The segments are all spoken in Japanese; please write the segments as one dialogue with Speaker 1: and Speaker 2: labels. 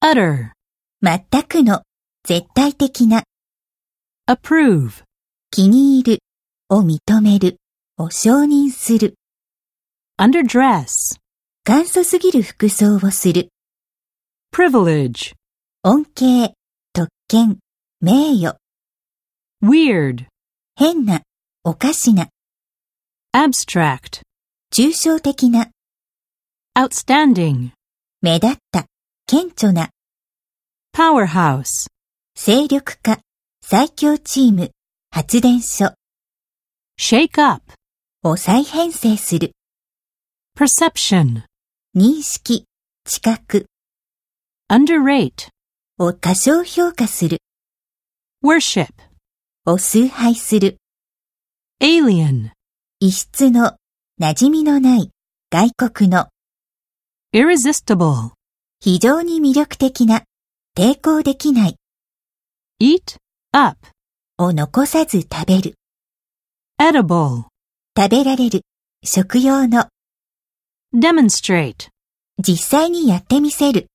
Speaker 1: utter,
Speaker 2: 全くの、絶対的な、
Speaker 1: approve,
Speaker 2: 気に入る、を認める、を承認する、
Speaker 1: underdress,
Speaker 2: 簡素すぎる服装をする、
Speaker 1: privilege,
Speaker 2: 恩恵、特権、名誉、
Speaker 1: weird,
Speaker 2: 変な、おかしな、
Speaker 1: abstract,
Speaker 2: 抽象的な、
Speaker 1: outstanding,
Speaker 2: 目立った、顕著な、
Speaker 1: powerhouse,
Speaker 2: 勢力化、最強チーム、発電所
Speaker 1: shake up,
Speaker 2: を再編成する、
Speaker 1: perception,
Speaker 2: 認識、知覚
Speaker 1: underrate,
Speaker 2: を過小評価する、
Speaker 1: worship,
Speaker 2: を崇拝する、
Speaker 1: alien,
Speaker 2: 異質の、馴染みのない、外国の、
Speaker 1: irresistible,
Speaker 2: 非常に魅力的な、抵抗できない、
Speaker 1: eat, up,
Speaker 2: を残さず食べる、
Speaker 1: edible,
Speaker 2: 食べられる、食用の、
Speaker 1: demonstrate,
Speaker 2: 実際にやってみせる、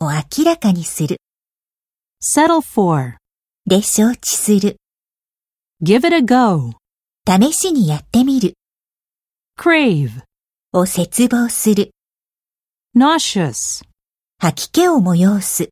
Speaker 2: を明らかにする、
Speaker 1: settle for,
Speaker 2: で承知する、
Speaker 1: give it a go,
Speaker 2: 試しにやってみる、
Speaker 1: crave,
Speaker 2: を切望する、
Speaker 1: nauseous.
Speaker 2: 吐き気を催す。